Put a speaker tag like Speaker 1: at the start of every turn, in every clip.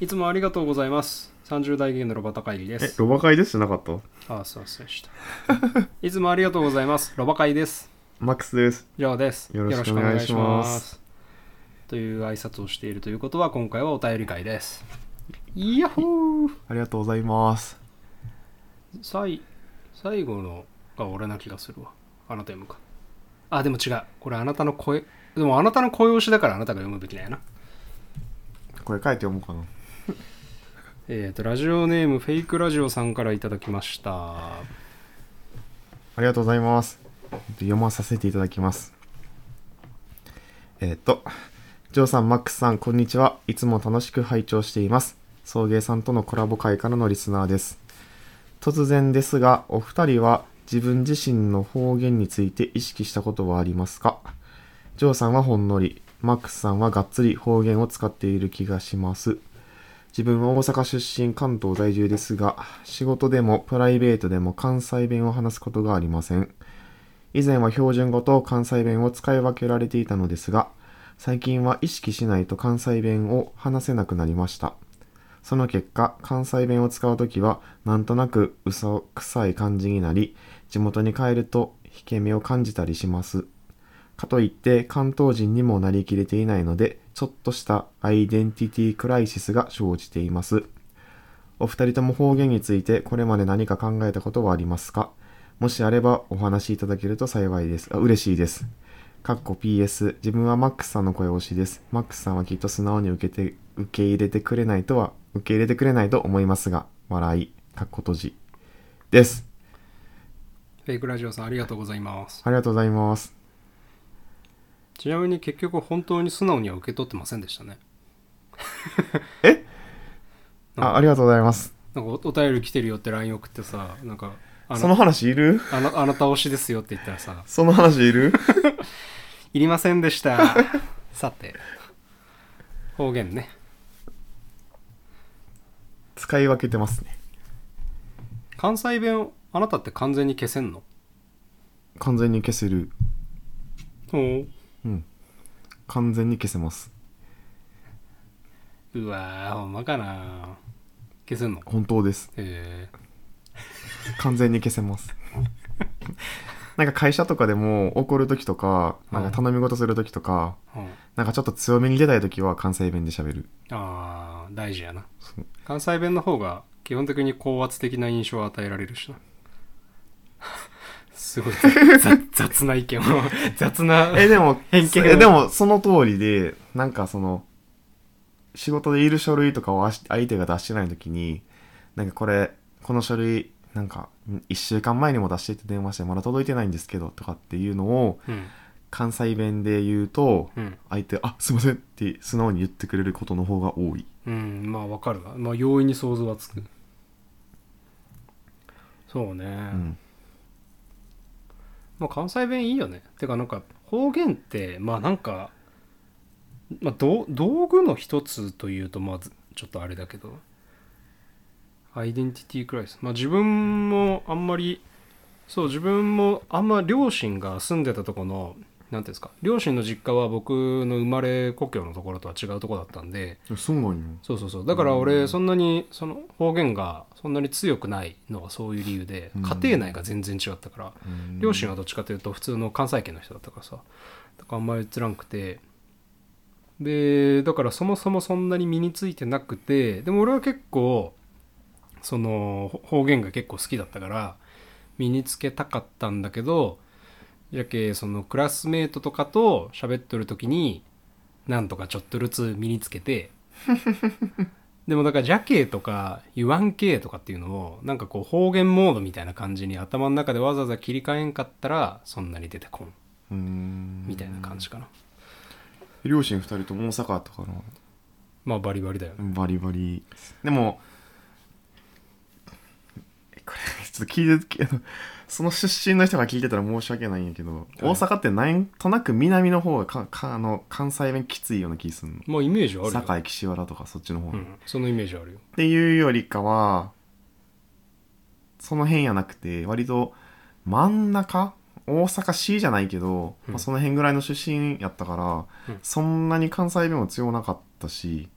Speaker 1: いつもありがとうございます。30代芸のロバタ会議で
Speaker 2: え、
Speaker 1: す。
Speaker 2: ロバ会ですじゃなかった
Speaker 1: あ、すいませんでした。いつもありがとうございます。ロバ会です。
Speaker 2: マックスです。
Speaker 1: ジョーです。
Speaker 2: よろしくお願いします
Speaker 1: よろくお願いします。という挨拶をしているということは、今回はお便り会です。イヤホー
Speaker 2: ありがとうございます。
Speaker 1: 最最後のが俺な気がするわ。あなた読むか。あ、でも違う。これあなたの声。でもあなたの声押しだからあなたが読むべきだよな。
Speaker 2: これ書いて読もうかな。
Speaker 1: えー、とラジオネームフェイクラジオさんからいただきました
Speaker 2: ありがとうございます。えっと読まさせていただきます。えっ、と、ジョーさん、マックスさん、こんにちは。いつも楽しく拝聴しています。送迎さんとのコラボ会からのリスナーです。突然ですが、お二人は自分自身の方言について意識したことはありますかジョーさんはほんのり、マックスさんはがっつり方言を使っている気がします。自分は大阪出身関東在住ですが仕事でもプライベートでも関西弁を話すことがありません以前は標準語と関西弁を使い分けられていたのですが最近は意識しないと関西弁を話せなくなりましたその結果関西弁を使う時はなんとなく嘘くさい感じになり地元に帰ると引け目を感じたりしますかといって関東人にもなりきれていないのでちょっとしたアイデンティティクライシスが生じていますお二人とも方言についてこれまで何か考えたことはありますかもしあればお話しいただけると幸いですあ嬉しいですかっこ PS 自分はマックスさんの声推しですマックスさんはきっと素直に受けて受け入れてくれないとは受け入れてくれないと思いますが笑いかっこ閉じです
Speaker 1: フェイクラジオさんありがとうございます
Speaker 2: ありがとうございます
Speaker 1: ちなみに結局本当に素直には受け取ってませんでしたね
Speaker 2: あありがとうございます
Speaker 1: なんかおお便り来てるよって LINE 送ってさなんかあ
Speaker 2: その
Speaker 1: な
Speaker 2: 話いる
Speaker 1: あなあなた推しですよって言ったらさ
Speaker 2: その話いる
Speaker 1: 「いりませんで した」さて方言ね
Speaker 2: 使い分けてますね
Speaker 1: 関西弁をあなたって完全に消せんの
Speaker 2: 完全に消せる
Speaker 1: お
Speaker 2: うん完全に消せます
Speaker 1: うわーほんまかな消せんの
Speaker 2: 本当です
Speaker 1: えー、
Speaker 2: 完全に消せます なんか会社とかでも怒る時とかなんか頼み事する時とか、
Speaker 1: うん
Speaker 2: なんかちょっと強めに出たい時は関西弁で喋る
Speaker 1: あー大事やな
Speaker 2: そう
Speaker 1: 関西弁の方が基本的に高圧的な印象を与えられるしな すごい雑 雑な意見を雑な
Speaker 2: えでも
Speaker 1: 偏見を
Speaker 2: えでもその通りでなんかその仕事でいる書類とかをあし相手が出してない時になんかこれこの書類なんか1週間前にも出してって電話してまだ届いてないんですけどとかっていうのを
Speaker 1: うん
Speaker 2: 関西弁で言うと
Speaker 1: うん、
Speaker 2: 相手「あすいません」って素直に言ってくれることの方が多い
Speaker 1: うん、まあわかるわ、まあ、容易に想像はつくそうね、
Speaker 2: うん
Speaker 1: まあ、関西弁いいよねてかなんか方言ってまあなんか、まあ、道道具の一つというとまあずちょっとあれだけどアイデンティティクライスまあ自分もあんまりそう自分もあんま両親が住んでたとこのなんていうんですか両親の実家は僕の生まれ故郷のところとは違うところだったんで、
Speaker 2: そうなんよ
Speaker 1: そうそうそうだから
Speaker 2: う
Speaker 1: 俺
Speaker 2: ん
Speaker 1: そんなにその方言がそんなに強くないのはそういう理由で
Speaker 2: うん
Speaker 1: 家庭内が全然違ったから両親はどっちかというと普通の関西圏の人だったからさだからあんまりつらんくてでだからそもそもそんなに身についてなくてでも俺は結構そのほ方言が結構好きだったから身につけたかったんだけどやけそのクラスメートとかと喋っとる時になんとかちょっとずつ身につけてでもだから「じゃけ」とか「言わんけ」とかっていうのをなんかこう方言モードみたいな感じに頭の中でわざわざ切り替えんかったらそんなに出てこん
Speaker 2: うん
Speaker 1: みたいな感じかな、
Speaker 2: 両親二人とも大阪とかの
Speaker 1: まあバリバリだよね
Speaker 2: バリバリでもこれちょっと聞いて るその出身の人が聞いてたら申し訳ないんやけど、大阪ってなんとなく南の方がかかあの関西弁きついような気すん
Speaker 1: まあイメージはあ
Speaker 2: の
Speaker 1: るよ
Speaker 2: 堺岸和田とかそっちの方、
Speaker 1: う
Speaker 2: っ
Speaker 1: ん、そのイメージはあるよ
Speaker 2: ていうよりかはその辺やなくて割と真ん中大阪市じゃないけど、
Speaker 1: うん
Speaker 2: まあ、その辺ぐらいの出身やったから、
Speaker 1: うん
Speaker 2: そんなに関西弁も強なかったし、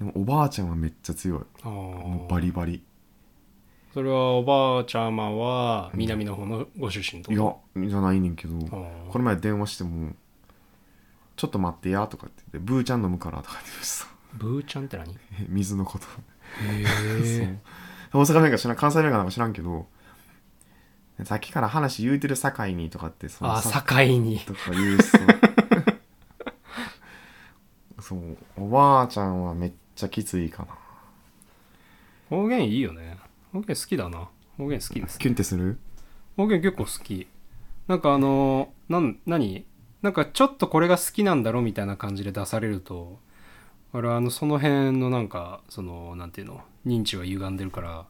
Speaker 1: うん
Speaker 2: でもおばあちゃんはめっちゃ強い
Speaker 1: あ
Speaker 2: もう
Speaker 1: あ
Speaker 2: バリバリ
Speaker 1: それはおばあちゃまは南の方のご出身って
Speaker 2: い
Speaker 1: こ
Speaker 2: やじゃないねんけど
Speaker 1: とあ
Speaker 2: この前電話しても「ちょっと待ってや」とかって言って「ブーちゃん飲むから」とか言ってました
Speaker 1: あブーちゃんって 何へ
Speaker 2: 水のこと
Speaker 1: え
Speaker 2: そう大阪弁か知らん関西弁かなんか知らんけどさっきから話言うてる境にとかってその
Speaker 1: あ
Speaker 2: さ
Speaker 1: 境に
Speaker 2: とか言うしそう そうおばあちゃんはめっちゃきついかな
Speaker 1: 方言いいよね方言好きだな方言好きです
Speaker 2: キュンってする
Speaker 1: 方言結構好きなんかあのーなん何なんかちょっとこれが好きなんだろみたいな感じで出されると俺はあのその辺のなんかそのなんていうの認知は歪んでるから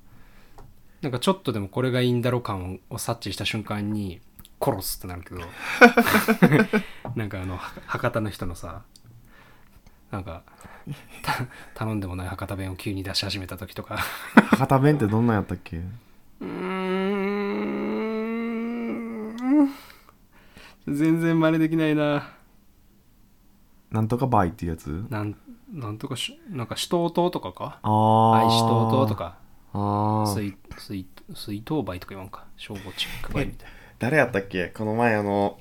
Speaker 1: なんかちょっとでもこれがいいんだろ感を察知した瞬間に殺すってなるけどなんかあのは博多の人のさなんかた頼んでもない博多弁を急に出し始めた時とか
Speaker 2: 博多弁ってどんなんやったっけ
Speaker 1: うーん全然真似できないな。
Speaker 2: なんとかバイっていうやつ
Speaker 1: なん、なんとかし、なんか、死闘島とかか
Speaker 2: ああ
Speaker 1: 愛死闘島とか、
Speaker 2: ああ
Speaker 1: 水、水、水闘梅とか言わんか。消防チック梅みたい
Speaker 2: 誰やったっけこの前あの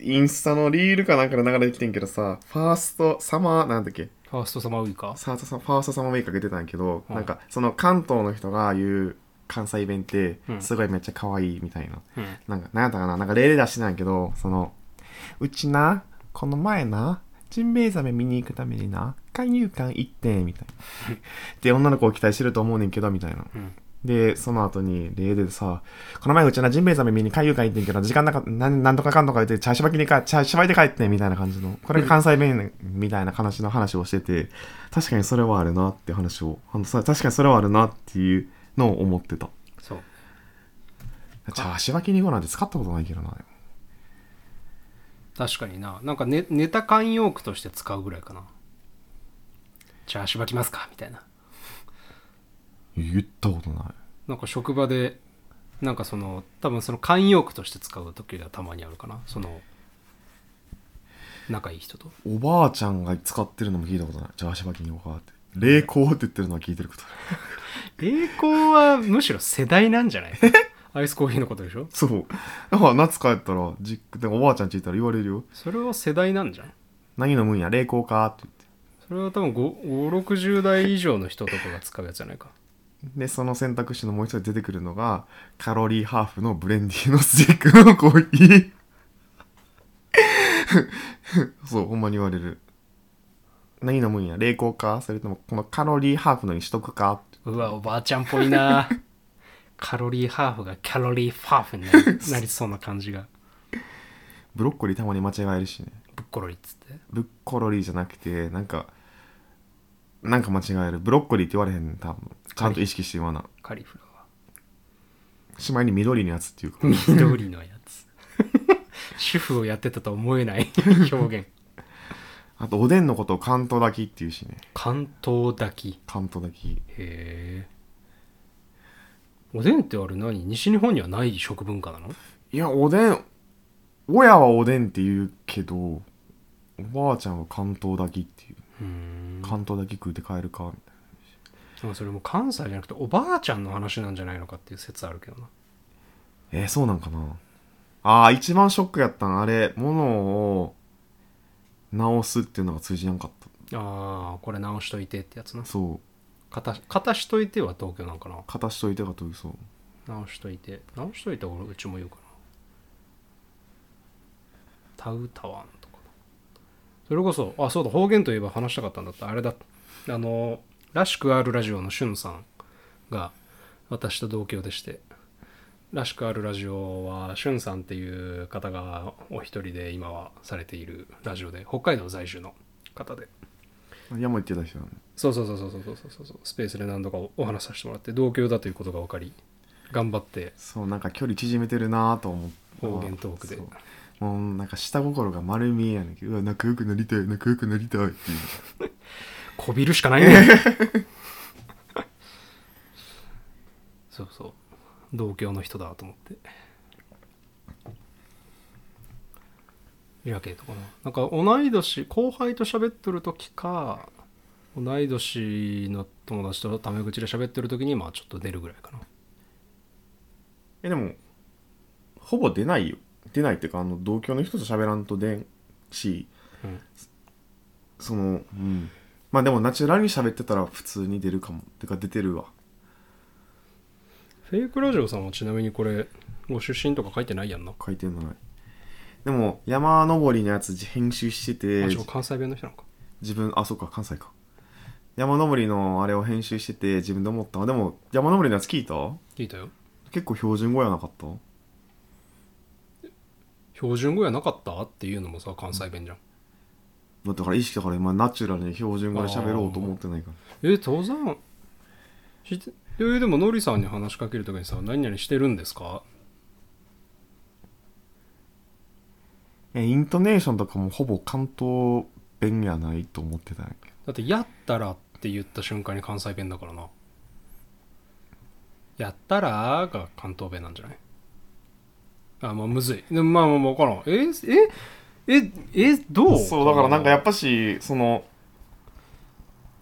Speaker 2: インスタのリールかなんかで流れてきてんけどさファーストサマーなんだっけ
Speaker 1: な。ファーストサマーウイカ
Speaker 2: サートさんファーストサマーウイカ出てたんやけど、
Speaker 1: うん
Speaker 2: なんかその関東の人が言う関西弁って
Speaker 1: うん
Speaker 2: すごいめっちゃ可愛いみたいな、
Speaker 1: うん。
Speaker 2: なんか何やったかななんか例で出してたんやけどそのうちなこの前なジンベエザメ見に行くためにな勧誘館行ってんみたいな で女の子を期待してると思うねんけどみたいな
Speaker 1: うん。
Speaker 2: で、その後に、例でさ、この前うちなジンベエザメ見に海遊館行ってんけど、時間なか、なんなんとかかんとか言って、チャーシュバキにか、チャーシュバイで帰ってんみたいな感じの、これが関西弁みたいな話の話をしてて、確かにそれはあるなって話を、あのさ確かにそれはあるなっていうのを思ってた。
Speaker 1: そう。
Speaker 2: チャーシュバキに語なんて使ったことないけどな。
Speaker 1: 確かにな。なんか、ね、ネタ慣用句として使うぐらいかな。じゃあ、しばきますかみたいな。
Speaker 2: 言ったことない。
Speaker 1: なんか職場でなんかその多分その慣用句として使う時がたまにあるかなその仲いい人と
Speaker 2: おばあちゃんが使ってるのも聞いたことない。チャーシュバキに語かって。霊光って言ってるのは聞いてることある。
Speaker 1: 栄光はむしろ世代なんじゃない アイスコーヒーのことでしょ
Speaker 2: そう。 だから夏帰ったら、実家でおばあちゃんち行ったら言われるよ。
Speaker 1: それは世代なんじゃん
Speaker 2: 何飲むんや冷凍かって
Speaker 1: それは多分560代以上の人とかが使うやつじゃないか
Speaker 2: 言ってでその選択肢のもう一つ出てくるのがカロリーハーフのブレンディーのスティックのコーヒー そうほんまに言われる何飲むんや冷凍かそれともこのカロリーハーフのにしとくかって
Speaker 1: うわおばあちゃんっぽい なカロリーハーフがキャロリーファーフにな りなりそうな感じが
Speaker 2: ブロッコリーたまに間違えるしね
Speaker 1: ぶっころりっつって
Speaker 2: ブッコロリーじゃなくてなんかなんか間違えるブロッコリーって言われへんねん多分ちゃんと意識して言わな
Speaker 1: カリフラワー
Speaker 2: しまいに緑のやつっていうか
Speaker 1: 緑のやつ主婦をやってたとは思えない表現
Speaker 2: あとおでんのことを関東炊きっていうしね
Speaker 1: 関東炊き
Speaker 2: 関東炊き
Speaker 1: へえおでんってあれ何西日本にはない食文化なの
Speaker 2: いや、おでん、親はおでんって言うけど、おばあちゃんは関東炊きっていう。
Speaker 1: うん
Speaker 2: 関東炊き食うて帰るか、みたい
Speaker 1: それも関西じゃなくておばあちゃんの話なんじゃないのかっていう説あるけどな
Speaker 2: な。えーそうなんかな。ああ、一番ショックやったん、あれ、物を直すっていうのが通じなかった。
Speaker 1: あーこれ直しといてってやつな
Speaker 2: そう。
Speaker 1: 片し片しといては東京なんかな
Speaker 2: 片しといてかという、そう。
Speaker 1: 直しといて直しといては俺うちも言うかなタウタワンとかそれこそあそうだ方言といえば話したかったんだったあれだあのらしくあるラジオのしゅんさんが私と同郷でしてらしくあるラジオはしゅんさんっていう方がお一人で今はされているラジオで北海道在住の方で
Speaker 2: 山行ってた人なの。
Speaker 1: そうそうそうそうそうそうそうそうスペースで何度かおお話しさせてもらって同郷だということが分かり頑張って
Speaker 2: そう、なんか距離縮めてるなぁと思って。
Speaker 1: 方言トークで
Speaker 2: そうもうなんか下心が丸見えやねんけど、うわ、仲良くなりたい、仲良くなりたいっていう。
Speaker 1: こびるしかないね そうそう同郷の人だと思っていやけどかななんか同い年後輩と喋っとる時か同い年の友達とタメ口で喋ってる時にまあちょっと出るぐらいかな
Speaker 2: えでもほぼ出ないよ出ないっていうかあの同居の人と喋らんと出んし、
Speaker 1: うん
Speaker 2: そのうんまあでもナチュラルに喋ってたら普通に出るかもてか出てるわ
Speaker 1: フェイクラジオさんはちなみにこれご出身とか書いてないやんな、
Speaker 2: 書いてんのないでも山登りのやつ編集してて
Speaker 1: あ違う関西弁の人なのか
Speaker 2: 自分あそうか関西か山登りのあれを編集してて自分で思ったわでも山登りのやつ聞いた
Speaker 1: 聞いたよ
Speaker 2: 結構標準語やなかった
Speaker 1: 標準語やなかったっていうのもさ関西弁じゃん、
Speaker 2: だってから意識だから今ナチュラルに標準語で喋ろうと思ってないから
Speaker 1: え登山してえでもノリさんに話しかけるときにさ「何々してるんですか?
Speaker 2: えイントネーションとかもほぼ関東弁やないと思ってたんやけ
Speaker 1: だ
Speaker 2: ど」
Speaker 1: って「やったら」って言った瞬間に関西弁だからな「やったら」が関東弁なんじゃないあまあむずいでもまあまあまあ分からんええええどう
Speaker 2: そうだからなんかやっぱしその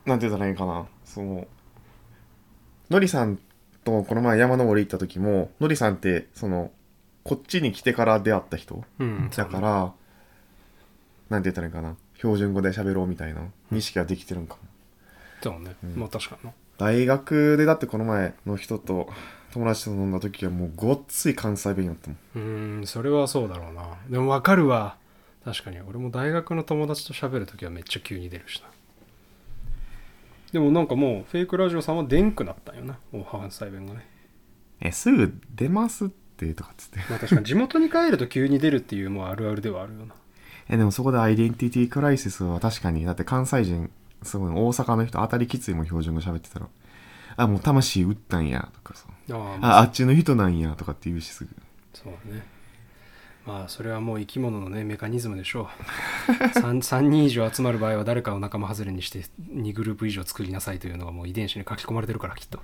Speaker 2: なんて言ったらいいかなそののりさんとこの前山登り行った時ものりさんってそのこっちに来てから出会った人
Speaker 1: うん
Speaker 2: だから、なんて言ったらいいかな標準語で喋ろうみたいな意識ができてるんかも
Speaker 1: そうね、
Speaker 2: うん
Speaker 1: まあ確かにな
Speaker 2: 大学でだってこの前の人と友達と飲んだ時はもうごっつい関西弁やったもん
Speaker 1: うーんそれはそうだろうなでも分かるわ確かに俺も大学の友達と喋るときはめっちゃ急に出るしなでもなんかもうフェイクラジオさんはでんくなったんよなもう関西弁がね
Speaker 2: えすぐ出ますってとかっつって
Speaker 1: まあ確かに地元に帰ると急に出るっていうもうあるあるではあるよな
Speaker 2: えでもそこでアイデンティティクライシスは確かにだって関西人すごい大阪の人当たりきついもん標準語喋ってたらあもう魂打ったんやとかさ
Speaker 1: ああ
Speaker 2: ああっちの人なんやとかって言うしすぐ
Speaker 1: そうねまあそれはもう生き物のねメカニズムでしょう 3, 三人以上集まる場合は誰かを仲間外れにして2グループ以上作りなさいというのがもう遺伝子に書き込まれてるからきっと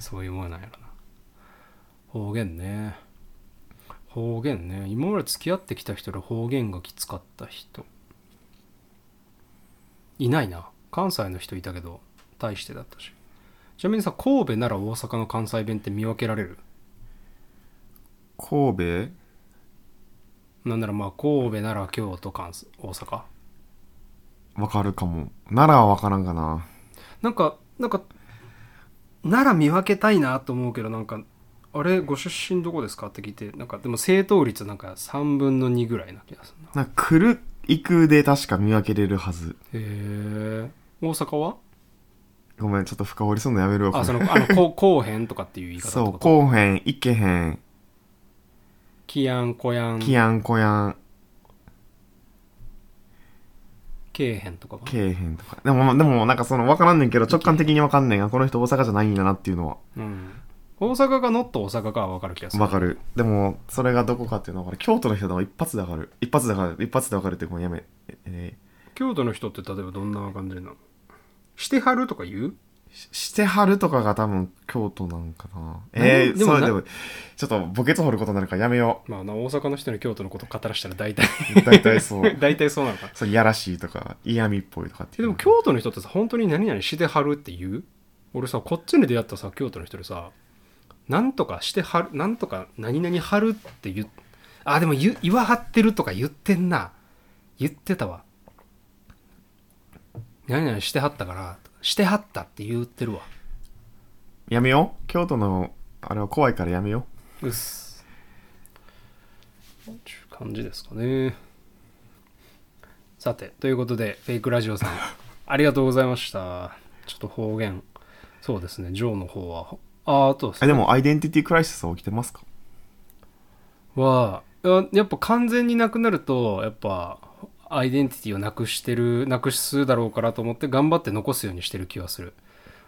Speaker 1: そういうもんなんやろな方言ね方言ね今まで付き合ってきた人で方言がきつかった人いないな関西の人いたけど大してだったしちなみにさ神戸なら大阪の関西弁って見分けられる
Speaker 2: 神戸
Speaker 1: なんならまあ神戸なら京都関西大阪
Speaker 2: わかるかも奈良はわからんかな
Speaker 1: なんかなんかなら見分けたいなと思うけどなんかあれご出身どこですかって聞いてなんかでも正答率なんか3分の2ぐらいな気がするな
Speaker 2: なんか来る行くで確か見分けれるはず
Speaker 1: へえ大阪は
Speaker 2: ごめんちょっと深掘りすんのやめるわこ
Speaker 1: あ
Speaker 2: れ
Speaker 1: そのあのこ後編とかっていう 言い方
Speaker 2: そ
Speaker 1: と
Speaker 2: う
Speaker 1: か
Speaker 2: こうへん行けへん
Speaker 1: きやんこやん
Speaker 2: きやんこやん
Speaker 1: けえへんとかは
Speaker 2: けえへんとかでもまあでもなんかそのわからんねんけど直感的にわかんねんがこの人大阪じゃないんだなっていうのは
Speaker 1: うん大阪かノット大阪かは分かる気がする
Speaker 2: わかるでもそれがどこかっていうのはわかる京都の人でも一発でわかる一発でわかる一発でわかるってこのやめええ
Speaker 1: 京都の人って例えばどんな感じなのしてはるとか言う
Speaker 2: ししてはるとかが多分京都なんかなええ
Speaker 1: でも
Speaker 2: それ
Speaker 1: な
Speaker 2: でもちょっとボケと掘ることになるからやめよ
Speaker 1: まあな大阪の人に京都のこと語らしたら大体
Speaker 2: う大体そう
Speaker 1: 大体そうなのかな
Speaker 2: そういやらしいとか嫌味っぽいとかって
Speaker 1: え
Speaker 2: い
Speaker 1: で
Speaker 2: う
Speaker 1: も京都の人ってさ本当に何々してはるって言う俺さこっちに出会ったさ京都の人でさなんとかしてはるなんとか何々はるって言うあでも言う言わはってるとか言ってんな言ってたわ何々してはったからしてはったって言ってるわ
Speaker 2: やめよう京都のあれは怖いからやめよ
Speaker 1: うっすという感じですかねさてということでフェイクラジオさん ありがとうございましたちょっと方言そうですねジョーの方はああと
Speaker 2: うえでもアイデンティティクライシスは起きてますか
Speaker 1: はいややっぱ完全になくなるとやっぱアイデンティティをなくしてるなくすだろうからと思って頑張って残すようにしてる気はする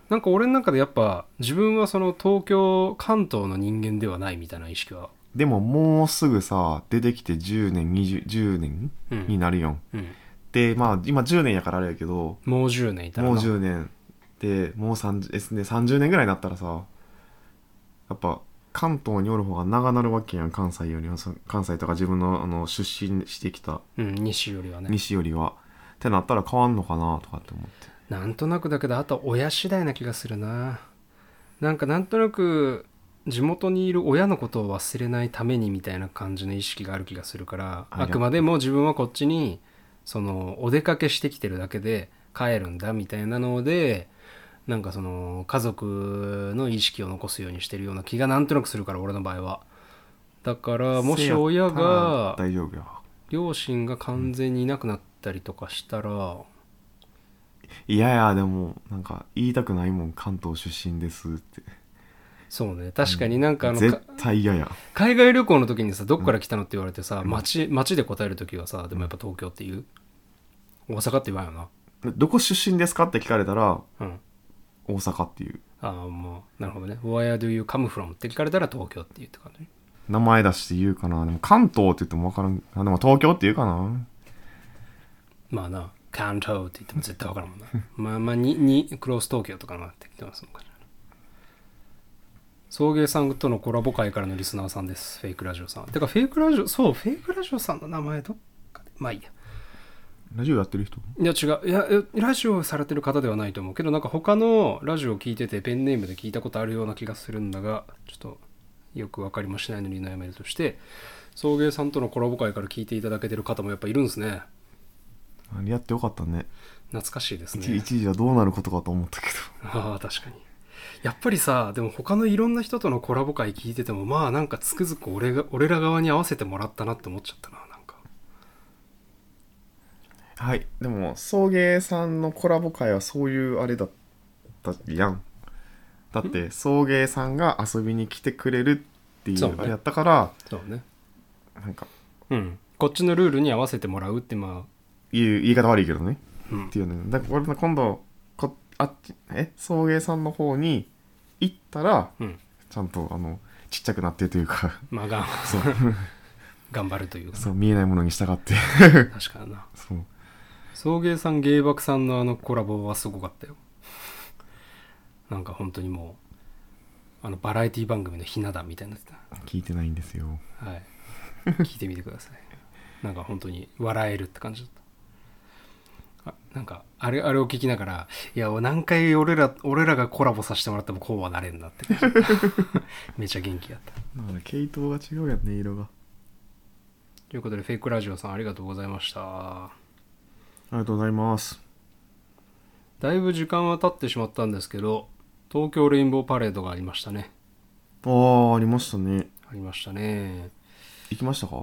Speaker 1: なんか俺の中でやっぱ自分はその東京関東の人間ではないみたいな意識は
Speaker 2: でももうすぐさ出てきて10年20 10年
Speaker 1: うん
Speaker 2: になるよん、
Speaker 1: うん
Speaker 2: でまあ今10年やからあれやけど
Speaker 1: もう10年いたらな
Speaker 2: もう10年でもう 30, ですね30年ぐらいになったらさやっぱ関東におる方が長なるわけやん関西よりはそ関西とか自分のあの出身してきた
Speaker 1: うん、西よりはね。
Speaker 2: 西よりは、ってなったら変わんのかなとかって思って
Speaker 1: なんとなくだけどあとは親次第な気がするななんかなんとなく地元にいる親のことを忘れないためにみたいな感じの意識がある気がするから
Speaker 2: あ
Speaker 1: あくまでも自分はこっちにそのお出かけしてきてるだけで帰るんだみたいなのでなんかその家族の意識を残すようにしてるような気がなんとなくするから俺の場合はだからも
Speaker 2: せ
Speaker 1: し
Speaker 2: やったら
Speaker 1: 親が
Speaker 2: 大丈夫や
Speaker 1: 両親が完全にいなくなったりとかしたら
Speaker 2: いやいやでもなんか言いたくないもん関東出身ですって
Speaker 1: そうね確かになんかあのか
Speaker 2: 絶対嫌や
Speaker 1: 海外旅行の時にさどこから来たのって言われてさ町町で答える時はさでもやっぱ東京っていう大阪って言わんよな
Speaker 2: どこ出身ですかって聞かれたら
Speaker 1: うん
Speaker 2: 大阪っていう
Speaker 1: ああもうなるほどね Where do you come from? って聞かれたら東京って言うって感じ
Speaker 2: 名前出して言うかなでも関東って言っても分からんあでも東京って言うかな
Speaker 1: まあな関東って言っても絶対分からんもんな まあまあににクロス東京とかなってきてますもんから送迎さんとのコラボ会からのリスナーさんですフェイクラジオさんてかフェイクラジオそうフェイクラジオさんの名前どっかでまあいいや
Speaker 2: ラジオやってる人
Speaker 1: いや違ういやえラジオされてる方ではないと思うけどなんか他のラジオを聞いててペンネームで聞いたことあるような気がするんだがちょっとよく分かりもしないのに悩めるとして送迎さんとのコラボ会から聞いていただけてる方もやっぱいるんですね
Speaker 2: あれやってよかったね
Speaker 1: 懐かしいです
Speaker 2: 一
Speaker 1: ね
Speaker 2: 一時はどうなることかと思ったけど
Speaker 1: ああ確かにやっぱりさでも他のいろんな人とのコラボ会聞いててもまあなんかつくづく俺が俺ら側に合わせてもらったなって思っちゃったななんか
Speaker 2: はいでも送迎さんのコラボ会はそういうあれだったやんだって送迎さんが遊びに来てくれるってい
Speaker 1: そうね
Speaker 2: うあれやったから
Speaker 1: そうね
Speaker 2: なんか
Speaker 1: うんこっちのルールに合わせてもらうってま
Speaker 2: 言う言い方悪いけどね
Speaker 1: あうん
Speaker 2: っていうねだから俺も今度こあっちえ送迎さんの方に行ったら
Speaker 1: うん
Speaker 2: ちゃんとあのちっちゃくなってというか
Speaker 1: まあがん
Speaker 2: そう
Speaker 1: 頑張るというかな
Speaker 2: そう見えないものに従って
Speaker 1: 確かにな
Speaker 2: そう
Speaker 1: 送迎さん芸爆さんのあのコラボはすごかったよなんか本当にもうあのバラエティ番組のひな壇みたいになって
Speaker 2: 聞いてないんですよ
Speaker 1: たはい聞いてみてくださいなんか本当に笑えるって感じだったあなんかあれあれを聞きながらいや何回俺ら俺らがコラボさせてもらってもこうはなれんなって感じだっためちゃ元気やった
Speaker 2: だから系統が違うやんね色が
Speaker 1: ということでフェイクラジオさんありがとうございました
Speaker 2: ありがとうございます
Speaker 1: だいぶ時間は経ってしまったんですけど東京レインボーパレードがありましたね
Speaker 2: ああありましたね
Speaker 1: ありましたね
Speaker 2: 行きましたか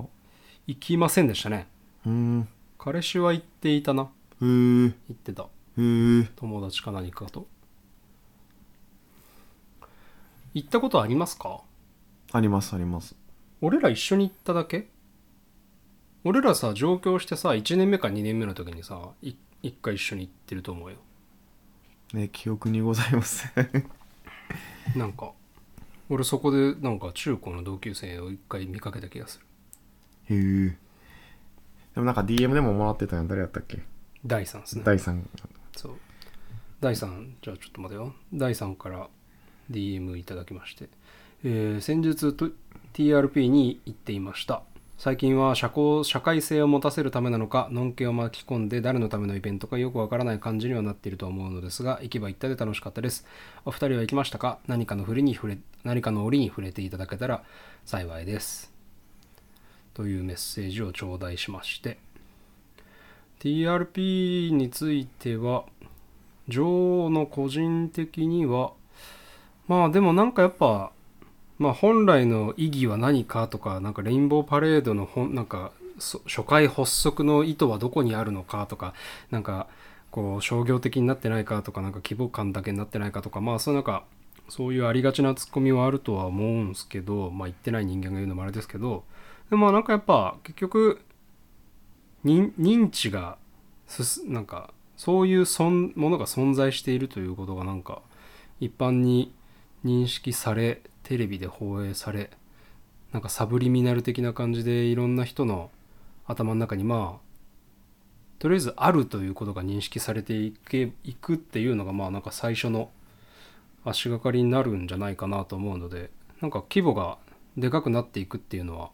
Speaker 1: 行きませんでしたね
Speaker 2: うーん
Speaker 1: 彼氏は行っていたな
Speaker 2: へえへ
Speaker 1: 行ってた
Speaker 2: え
Speaker 1: 友達か何かと行ったことありますか
Speaker 2: ありますあります
Speaker 1: 俺ら一緒に行っただけ俺らさ上京してさ1年目か2年目の時にさい一回一緒に行ってると思うよ
Speaker 2: ね記憶にございま せん
Speaker 1: なんか俺そこでなんか中高の同級生を一回見かけた気がする
Speaker 2: へえでもなんか DM でももらってたやん誰やったっけ
Speaker 1: 第3ですね
Speaker 2: 第3
Speaker 1: そう第3じゃあちょっと待てよ第3から DM いただきまして、えー先日と TRP に行っていました最近は社交社会性を持たせるためなのかのんけを巻き込んで誰のためのイベントかよくわからない感じにはなっていると思うのですが行けば行ったで楽しかったですお二人は行きましたか何かの振りに触れ何かの折に触れていただけたら幸いですというメッセージを頂戴しまして TRP については女王の個人的にはまあでもなんかやっぱ、まあ、本来の意義は何かとかなんかレインボーパレードの本なんかそ初回発足の意図はどこにあるのかとかなんかこう商業的になってないかとかなんか規模感だけになってないかとかまあそうなんかそういうありがちなツッコミはあるとは思うんですけどまあ言ってない人間が言うのもあれですけどでもまあなんかやっぱ結局認認知がすすなんかそういう存ものが存在しているということがなんか一般に認識されテレビで放映されなんかサブリミナル的な感じでいろんな人の頭の中にまあとりあえずあるということが認識されていけいくっていうのがまあなんか最初の足がかりになるんじゃないかなと思うのでなんか規模がでかくなっていくっていうのは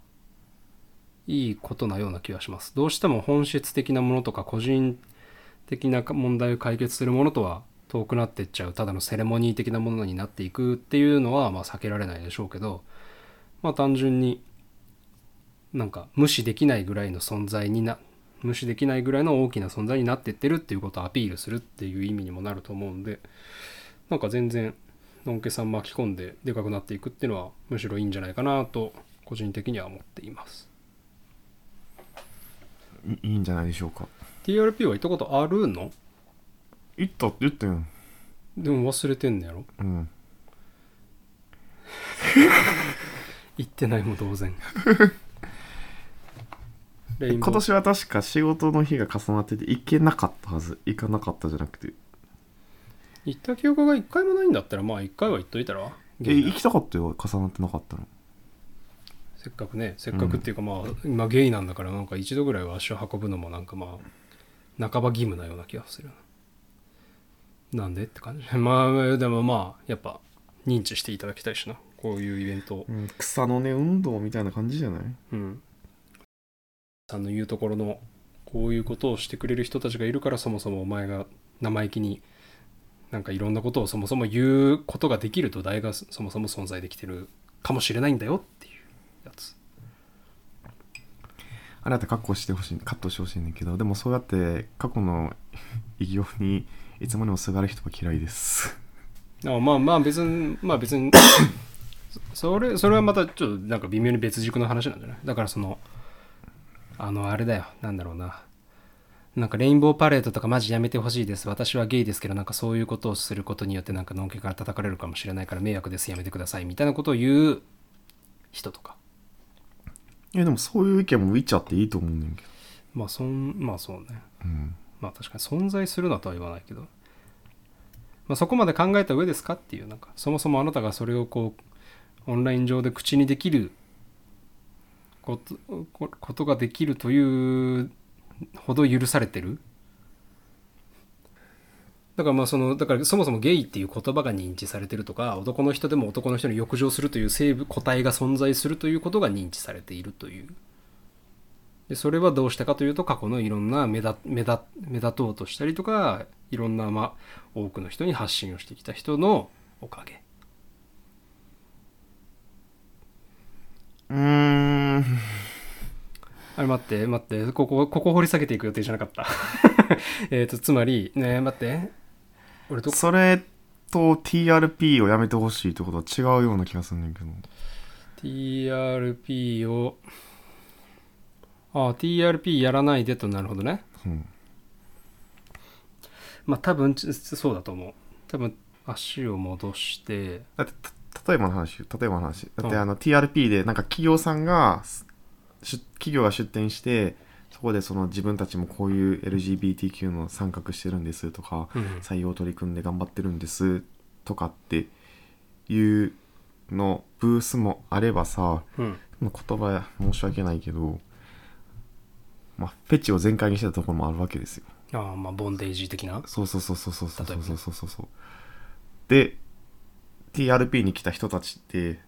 Speaker 1: いいことなような気がしますどうしても本質的なものとか個人的な問題を解決するものとは遠くなっていっちゃうただのセレモニー的なものになっていくっていうのはまあ避けられないでしょうけどまあ単純になんか無視できないぐらいの存在にな無視できないぐらいの大きな存在になってってるっていうことをアピールするっていう意味にもなると思うんでなんか全然のんけさん巻き込んででかくなっていくっていうのはむしろいいんじゃないかなと個人的には思っています
Speaker 2: いいいんじゃないでしょうか
Speaker 1: TRP は行ったことあるの
Speaker 2: 行ったって言ったよ
Speaker 1: でも忘れてんのやろ
Speaker 2: うん
Speaker 1: 行ってないも同 然レインボ
Speaker 2: 今
Speaker 1: ー
Speaker 2: 年は確か仕事の日が重なってて行けなかったはず行かなかったじゃなくて
Speaker 1: 行った記憶が一回もないんだったらまあ一回は行っといたら
Speaker 2: え行きたかったよ重なってなかったの
Speaker 1: せっかくねせっかくっていうかまあ、今ゲイなんだからなんか一度ぐらいは足を運ぶのもなんかまあ半ば義務なような気がするななんでって感じ まあでもまあやっぱ認知していただきたいしなこういうイベントを
Speaker 2: うん、草の根運動みたいな感じじゃない
Speaker 1: うんさんの言うところのこういうことをしてくれる人たちがいるからそもそもお前が生意気になんかいろんなことをそもそも言うことができる土台がそそもそも存在できてるかもしれないんだよっていうやつ
Speaker 2: あれだって確保してほしいカットしてほしいねんだけどでもそうやって過去の 偉業にいつまでもすがる人は嫌いです
Speaker 1: あまあまあ別にまあ別にそ それそれはまたちょっとなんか微妙に別軸の話なんじゃないだからそのあのあれだよなんだろうななんかレインボーパレードとかマジやめてほしいです私はゲイですけどなんかそういうことをすることによってなんかのんけから叩かれるかもしれないから迷惑ですやめてくださいみたいなことを言う人とか
Speaker 2: いやでもそういう意見もいちゃっていいと思うねんけど
Speaker 1: まあそんまあそうね
Speaker 2: うん
Speaker 1: まあ確かに存在するなとは言わないけど、まあ、そこまで考えた上ですかっていうなんかそもそもあなたがそれをこうオンライン上で口にできることこことができるというほど許されてるだからまあそのだからそもそもゲイっていう言葉が認知されてるとか男の人でも男の人に欲情するという生物個体が存在するということが認知されているというでそれはどうしたかというと過去のいろんな目立目立目立とうとしたりとかいろんな、まあ、多くの人に発信をしてきた人のおかげ
Speaker 2: うーん
Speaker 1: あれ待って待ってここここ掘り下げていく予定じゃなかった えっとつまりね待って俺と
Speaker 2: それと TRP をやめてほしいってことは違うような気がするねんけど
Speaker 1: TRP をああ TRP やらないでとなるほどね
Speaker 2: うん
Speaker 1: まあ多分ちそうだと思う多分足を戻して
Speaker 2: だってた例えばの話例えばの話だって
Speaker 1: うん
Speaker 2: あの TRP でなんか企業さんがす出企業が出展してそこでその自分たちもこういう LGBTQ の参画してるんですとか
Speaker 1: うん
Speaker 2: 採用取り組んで頑張ってるんですとかっていうのブースもあればさ
Speaker 1: うん
Speaker 2: 言葉申し訳ないけどまあフェチを全開にしてたところもあるわけですよ
Speaker 1: ああまあボンデージ的な
Speaker 2: そうそうそうそうそうそう
Speaker 1: 例
Speaker 2: そ
Speaker 1: えば
Speaker 2: う
Speaker 1: ね
Speaker 2: そうそうそうで TRP に来た人たちって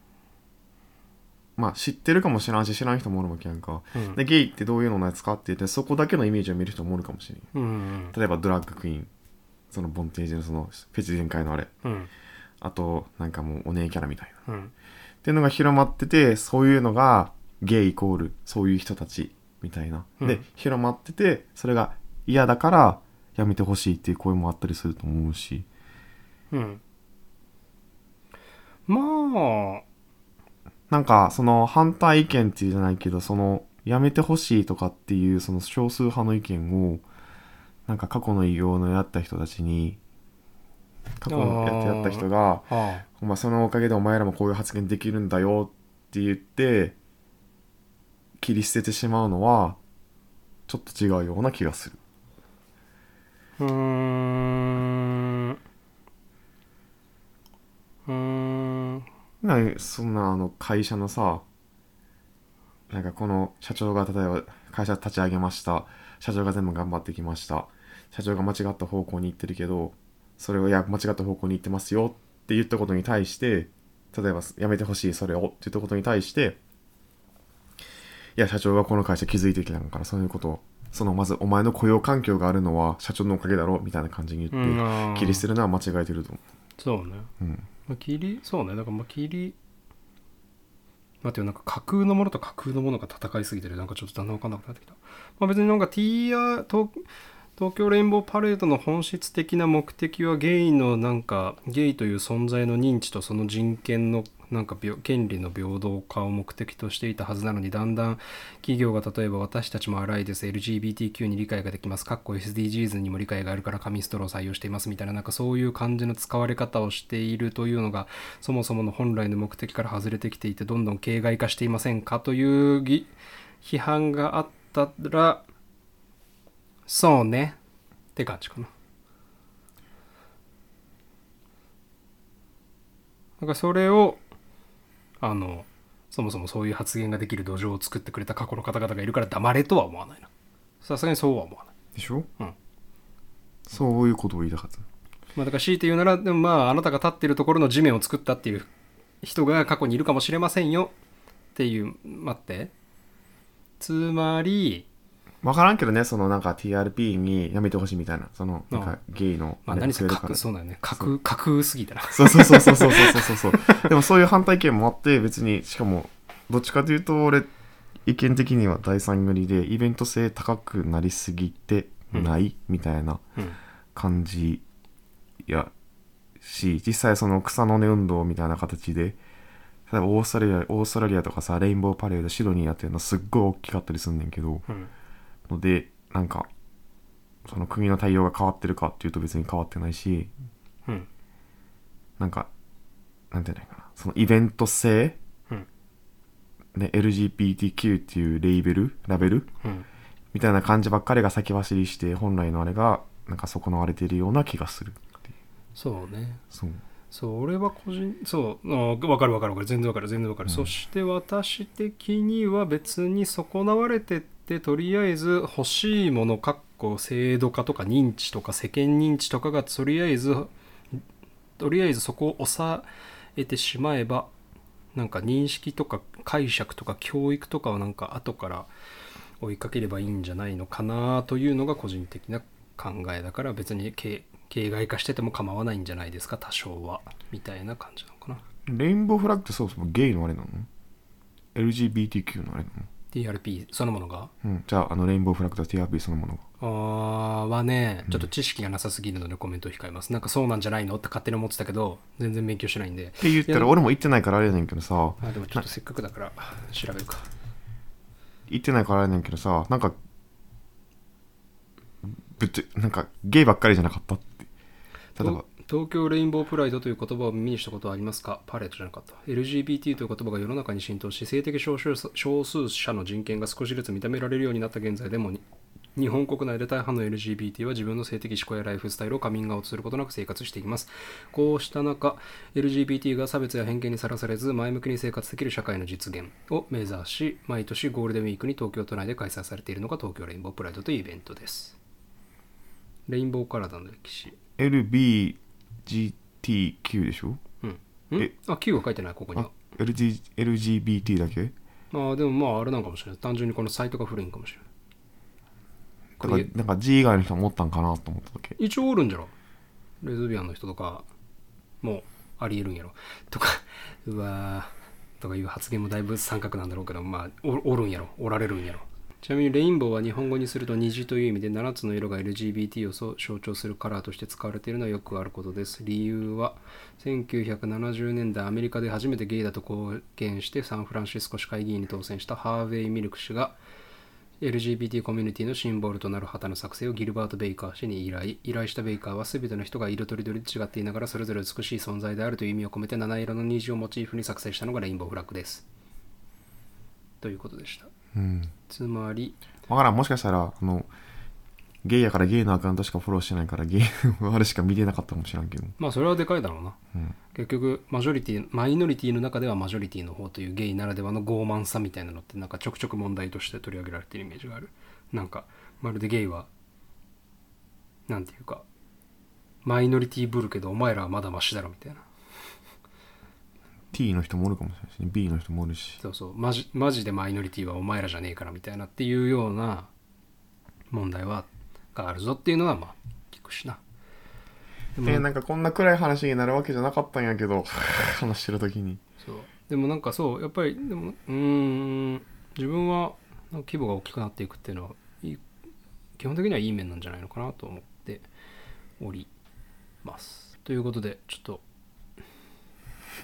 Speaker 2: まあ知ってるかもしらんし知らん人もおるわけやんか、
Speaker 1: うん
Speaker 2: でゲイってどういうのなんですかって言ってそこだけのイメージを見る人もおるかもしれん
Speaker 1: うんうん
Speaker 2: 例えばドラッグクイーンそのボンテージのそのフェチ全開のあれ
Speaker 1: うん
Speaker 2: あとなんかもうお姉キャラみたいなっ
Speaker 1: うん
Speaker 2: ていうのが広まっててそういうのがゲイイコールそういう人たちみたいな、
Speaker 1: うん
Speaker 2: で広まっててそれが嫌だからやめてほしいっていう声もあったりすると思うし
Speaker 1: うんまあ
Speaker 2: なんかその反対意見っていうじゃないけどそのやめてほしいとかっていうその少数派の意見をなんか過去の異業のやった人たちに過去のやってやった人が
Speaker 1: あ
Speaker 2: 「まあ、そのおかげでお前らもこういう発言できるんだよ」って言って切り捨ててしまうのはちょっと違うような気がする。
Speaker 1: うーんうーん
Speaker 2: なんかそんなあの会社のさなんかこの社長が例えば会社立ち上げました社長が全部頑張ってきました社長が間違った方向に行ってるけどそれをいや間違った方向に行ってますよって言ったことに対して例えばやめてほしいそれをって言ったことに対していや社長がこの会社築いてきたんだからそういうことをそのまずお前の雇用環境があるのは社長のおかげだろみたいな感じに言って、
Speaker 1: うん
Speaker 2: 切り捨てるのは間違えてると思
Speaker 1: そうね、
Speaker 2: う、うん、
Speaker 1: まあ、切りそうねだからまあ切り待ってよなんか架空のものと架空のものが戦いすぎてるなんかちょっとだんだん分かんなくなってきた、まあ、別になんか TR 東東京レインボーパレードの本質的な目的はゲイのなんかゲイという存在の認知とその人権のなんか平権利の平等化を目的としていたはずなのにだんだん企業が例えば私たちも荒いです LGBTQ に理解ができますかっこ SDGs にも理解があるから紙ストローを採用していますみたいななんかそういう感じの使われ方をしているというのがそもそもの本来の目的から外れてきていてどんどん形骸化していませんかというぎ批判があったらそうねって感じかな。なんかそれをあのそもそもそういう発言ができる土壌を作ってくれた過去の方々がいるから黙れとは思わないなさすがにそうは思わない、
Speaker 2: でしょ、
Speaker 1: うん
Speaker 2: そういうことを言いたかった
Speaker 1: まあ、だから強いて言うならでもまああなたが立っているところの地面を作ったっていう人が過去にいるかもしれませんよっていう待ってつまり
Speaker 2: 分からんけどねそのなんか TRP にやめてほしいみたいなそのなん
Speaker 1: う
Speaker 2: かゲイの
Speaker 1: まあ何せ
Speaker 2: 増える
Speaker 1: 架
Speaker 2: から
Speaker 1: 空そうだよね架空架空すぎたな
Speaker 2: そうそうそうそうそうそうそうそう でもそういう反対意見もあって別にしかもどっちかというと俺意見的には第三組でイベント性高くなりすぎてないみたいな
Speaker 1: うん
Speaker 2: 感じやし実際その草の根運動みたいな形で例えばオーストラリアオーストラリアとかさレインボーパレードシドニーやってるのすっごい大きかったりすんねんけど
Speaker 1: うん
Speaker 2: のでなんかその国の対応が変わってるかっていうと別に変わってないし
Speaker 1: うん
Speaker 2: なんか、なんていうのかな、そのイベント性、
Speaker 1: うん
Speaker 2: ね、LGBTQ っていうレーベル、ラベル
Speaker 1: うん
Speaker 2: みたいな感じばっかりが先走りして、本来のあれが、なんか損なわれてるような気がする。
Speaker 1: そうね
Speaker 2: そう。
Speaker 1: そう俺は個人そうあ分かる分かる分かる全然分かる全然分かる、そして私的には別に損なわれてってとりあえず欲しいものかっこ制度化とか認知とか世間認知とかがとりあえずとりあえずそこを抑えてしまえばなんか認識とか解釈とか教育とかはなんか後から追いかければいいんじゃないのかなというのが個人的な考えだから別に形形骸化してても構わないんじゃないですか多少はみたいな感じなのかな
Speaker 2: レインボーフラッグってそもそもゲイのあれなの ?LGBTQ のあれな
Speaker 1: TRP そのものが
Speaker 2: のうん。じゃあ、あの、レインボーフラッグと TRP そのものが。
Speaker 1: あーはねちょっと知識がなさすぎるのでコメントを控えますなんかそうなんじゃないのって勝手に思ってたけど全然勉強しないんで
Speaker 2: って言った
Speaker 1: いや
Speaker 2: ら、俺も行ってないからあれやねんけどさ、
Speaker 1: あでもちょっとせっかくだから調べるか
Speaker 2: 行ってないからあれやねんけどさ、なんか、ぶっちゃなんか、ゲイばっかりじゃなかったって。例えば
Speaker 1: 東、東京レインボープライドという言葉を耳にしたことはありますかパレードじゃなかった。LGBT という言葉が世の中に浸透し、性的少数少数者の人権が少しずつ認められるようになった現在でもに、日本国内で大半の LGBT は自分の性的思考やライフスタイルをカミングアウトすることなく生活しています。こうした中、LGBT が差別や偏見にさらされず、前向きに生活できる社会の実現を目指し、毎年ゴールデンウィークに東京都内で開催されているのが東京レインボープライドというイベントです。レインボーカラーの歴史。
Speaker 2: LBGTQ でしょ
Speaker 1: うん。ん
Speaker 2: え
Speaker 1: あ、Q は書いてない、ここに
Speaker 2: あ
Speaker 1: は。
Speaker 2: LG ?LGBT だけ
Speaker 1: ああ、でもまあ、あれなんかもしれない。単純にこのサイトが古いんかもしれない。
Speaker 2: だ
Speaker 1: こ
Speaker 2: から
Speaker 1: れ、
Speaker 2: なんか G 以外の人もおったんかなと思っただけ。
Speaker 1: 一応おるんじゃろレズビアンの人とか、もう、ありえるんやろ。とか、 うわーとかいう発言もだいぶ三角なんだろうけど、まあ、おおるんやろ。おられるんやろ。ちなみにレインボーは日本語にすると虹という意味で7つの色が LGBT をそう象徴するカラーとして使われているのはよくあることです。理由は1970年代アメリカで初めてゲイだと公言してサンフランシスコ市会議員に当選したハーヴェイ・ミルク氏が LGBT コミュニティのシンボルとなる旗の作成をギルバート・ベイカー氏に依頼依頼したベイカーは全ての人が色とりどりで違っていながらそれぞれ美しい存在であるという意味を込めて七色の虹をモチーフに作成したのがレインボーフラッグですということでした
Speaker 2: うん。
Speaker 1: つまり
Speaker 2: わからん、もしかしたら、あの、ゲイやからゲイのアカウントしかフォローしてないから、ゲイのあれしか見れなかったかもしらんけど。
Speaker 1: まあそれはでかいだろうな、
Speaker 2: うん
Speaker 1: 結局マジョリティマイノリティの中ではマジョリティの方というゲイならではの傲慢さみたいなのってなんかちょくちょく問題として取り上げられてるイメージがあるなんかまるでゲイはなんていうかマイノリティぶるけどお前らはまだマシだろみたいな
Speaker 2: T の人もおるかもしれないし、ね、B の人もおるし
Speaker 1: そうそうマジマジでマイノリティはお前らじゃねえからみたいなっていうような問題はがあるぞっていうのはまあ聞くしなでも
Speaker 2: えーなんかこんな暗い話になるわけじゃなかったんやけど話してる時に
Speaker 1: そうでもなんかそうやっぱりでもうーん自分はなんか規模が大きくなっていくっていうのはいい基本的にはいい面なんじゃないのかなと思っておりますということでちょっと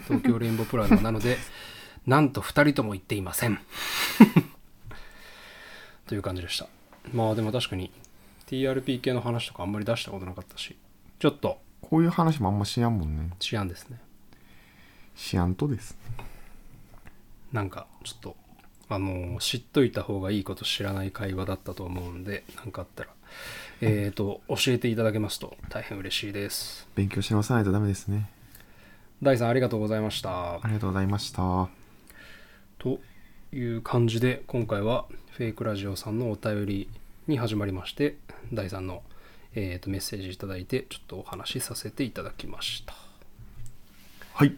Speaker 1: 東京レインボープラザなので なんと2人とも行っていません という感じでしたまあでも確かに TRP 系の話とかあんまり出したことなかったしちょっと
Speaker 2: こういう話もあんましやんもんね
Speaker 1: 治安ですね
Speaker 2: しやんとです
Speaker 1: なんかちょっとあのー知っといた方がいいこと知らない会話だったと思うんで何かあったらえっ、と教えていただけますと大変嬉しいです
Speaker 2: 勉強し直さないとダメですね
Speaker 1: 大さんありがとうございました
Speaker 2: ありがとうございました
Speaker 1: という感じで今回はフェイクラジオさんのお便りに始まりまして大さんの、えー、とメッセージいただいてちょっとお話しさせていただきました
Speaker 2: はい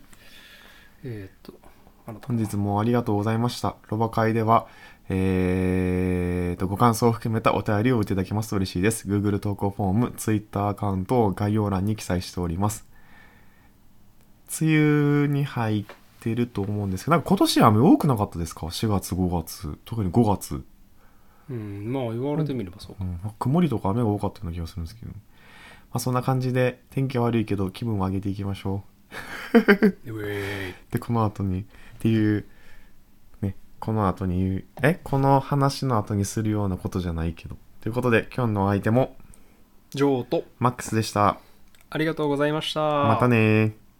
Speaker 1: えっ、とあなた
Speaker 2: 本日もありがとうございました。ロバ会では、えーと、ご感想を含めたお便りをいただけますと嬉しいです。Google 投稿フォーム、Twitter アカウントを概要欄に記載しております。梅雨に入ってると思うんですけど、なんか今年雨多くなかったですか ?4 月、5月、特に5月。
Speaker 1: うんまあ言われてみればそう
Speaker 2: う
Speaker 1: か、
Speaker 2: ん、曇りとか雨が多かったような気がするんですけど、まあ、そんな感じで天気は悪いけど気分を上げていきましょう。
Speaker 1: うえーい
Speaker 2: でこの後にっていうねこの後に言うえこの話の後にするようなことじゃないけどということで今日のお相手も
Speaker 1: ジョーと
Speaker 2: マックスでした
Speaker 1: ありがとうございました
Speaker 2: またねー